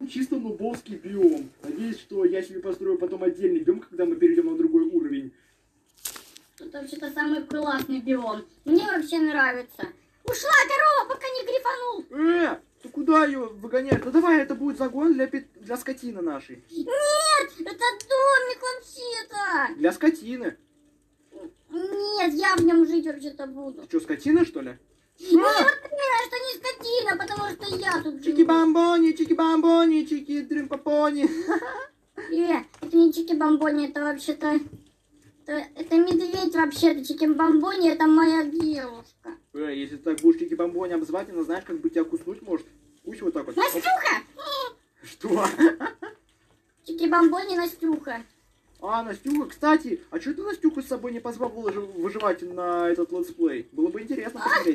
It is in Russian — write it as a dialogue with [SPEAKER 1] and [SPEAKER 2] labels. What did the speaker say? [SPEAKER 1] Ну, Чисто нубовский биом. Надеюсь, что я себе построю потом отдельный биом, когда мы перейдем на другой уровень.
[SPEAKER 2] Тут вообще-то Ну, самый классный биом. Мне вообще нравится. Ушла корова, пока не грифанул.
[SPEAKER 1] Э, ты куда ее выгонять? Ну давай, это будет загон для, пи- для скотины нашей.
[SPEAKER 2] Нет, это домик вообще-то.
[SPEAKER 1] Для скотины.
[SPEAKER 2] Нет, я в нем жить вообще-то буду.
[SPEAKER 1] Ты что, скотина, что ли?
[SPEAKER 2] Нет, вот именно, что не скотина, потому что я тут живу.
[SPEAKER 1] Чики-бамбони, чики-бамбони, чики-дрим-попони.
[SPEAKER 2] Э, это не чики-бамбони, это вообще-то... Это, это медведь вообще-то, чики-бамбони, это моя девушка.
[SPEAKER 1] Э, если ты так будешь чики-бамбони обзывать, она знаешь, как бы тебя куснуть может. Кусь вот так вот. Оп.
[SPEAKER 2] Настюха!
[SPEAKER 1] Что?
[SPEAKER 2] Чики-бамбони, Настюха.
[SPEAKER 1] А, Настюха, кстати, а что ты Настюху с собой не позвал выж- выживать на этот летсплей? Было бы интересно посмотреть.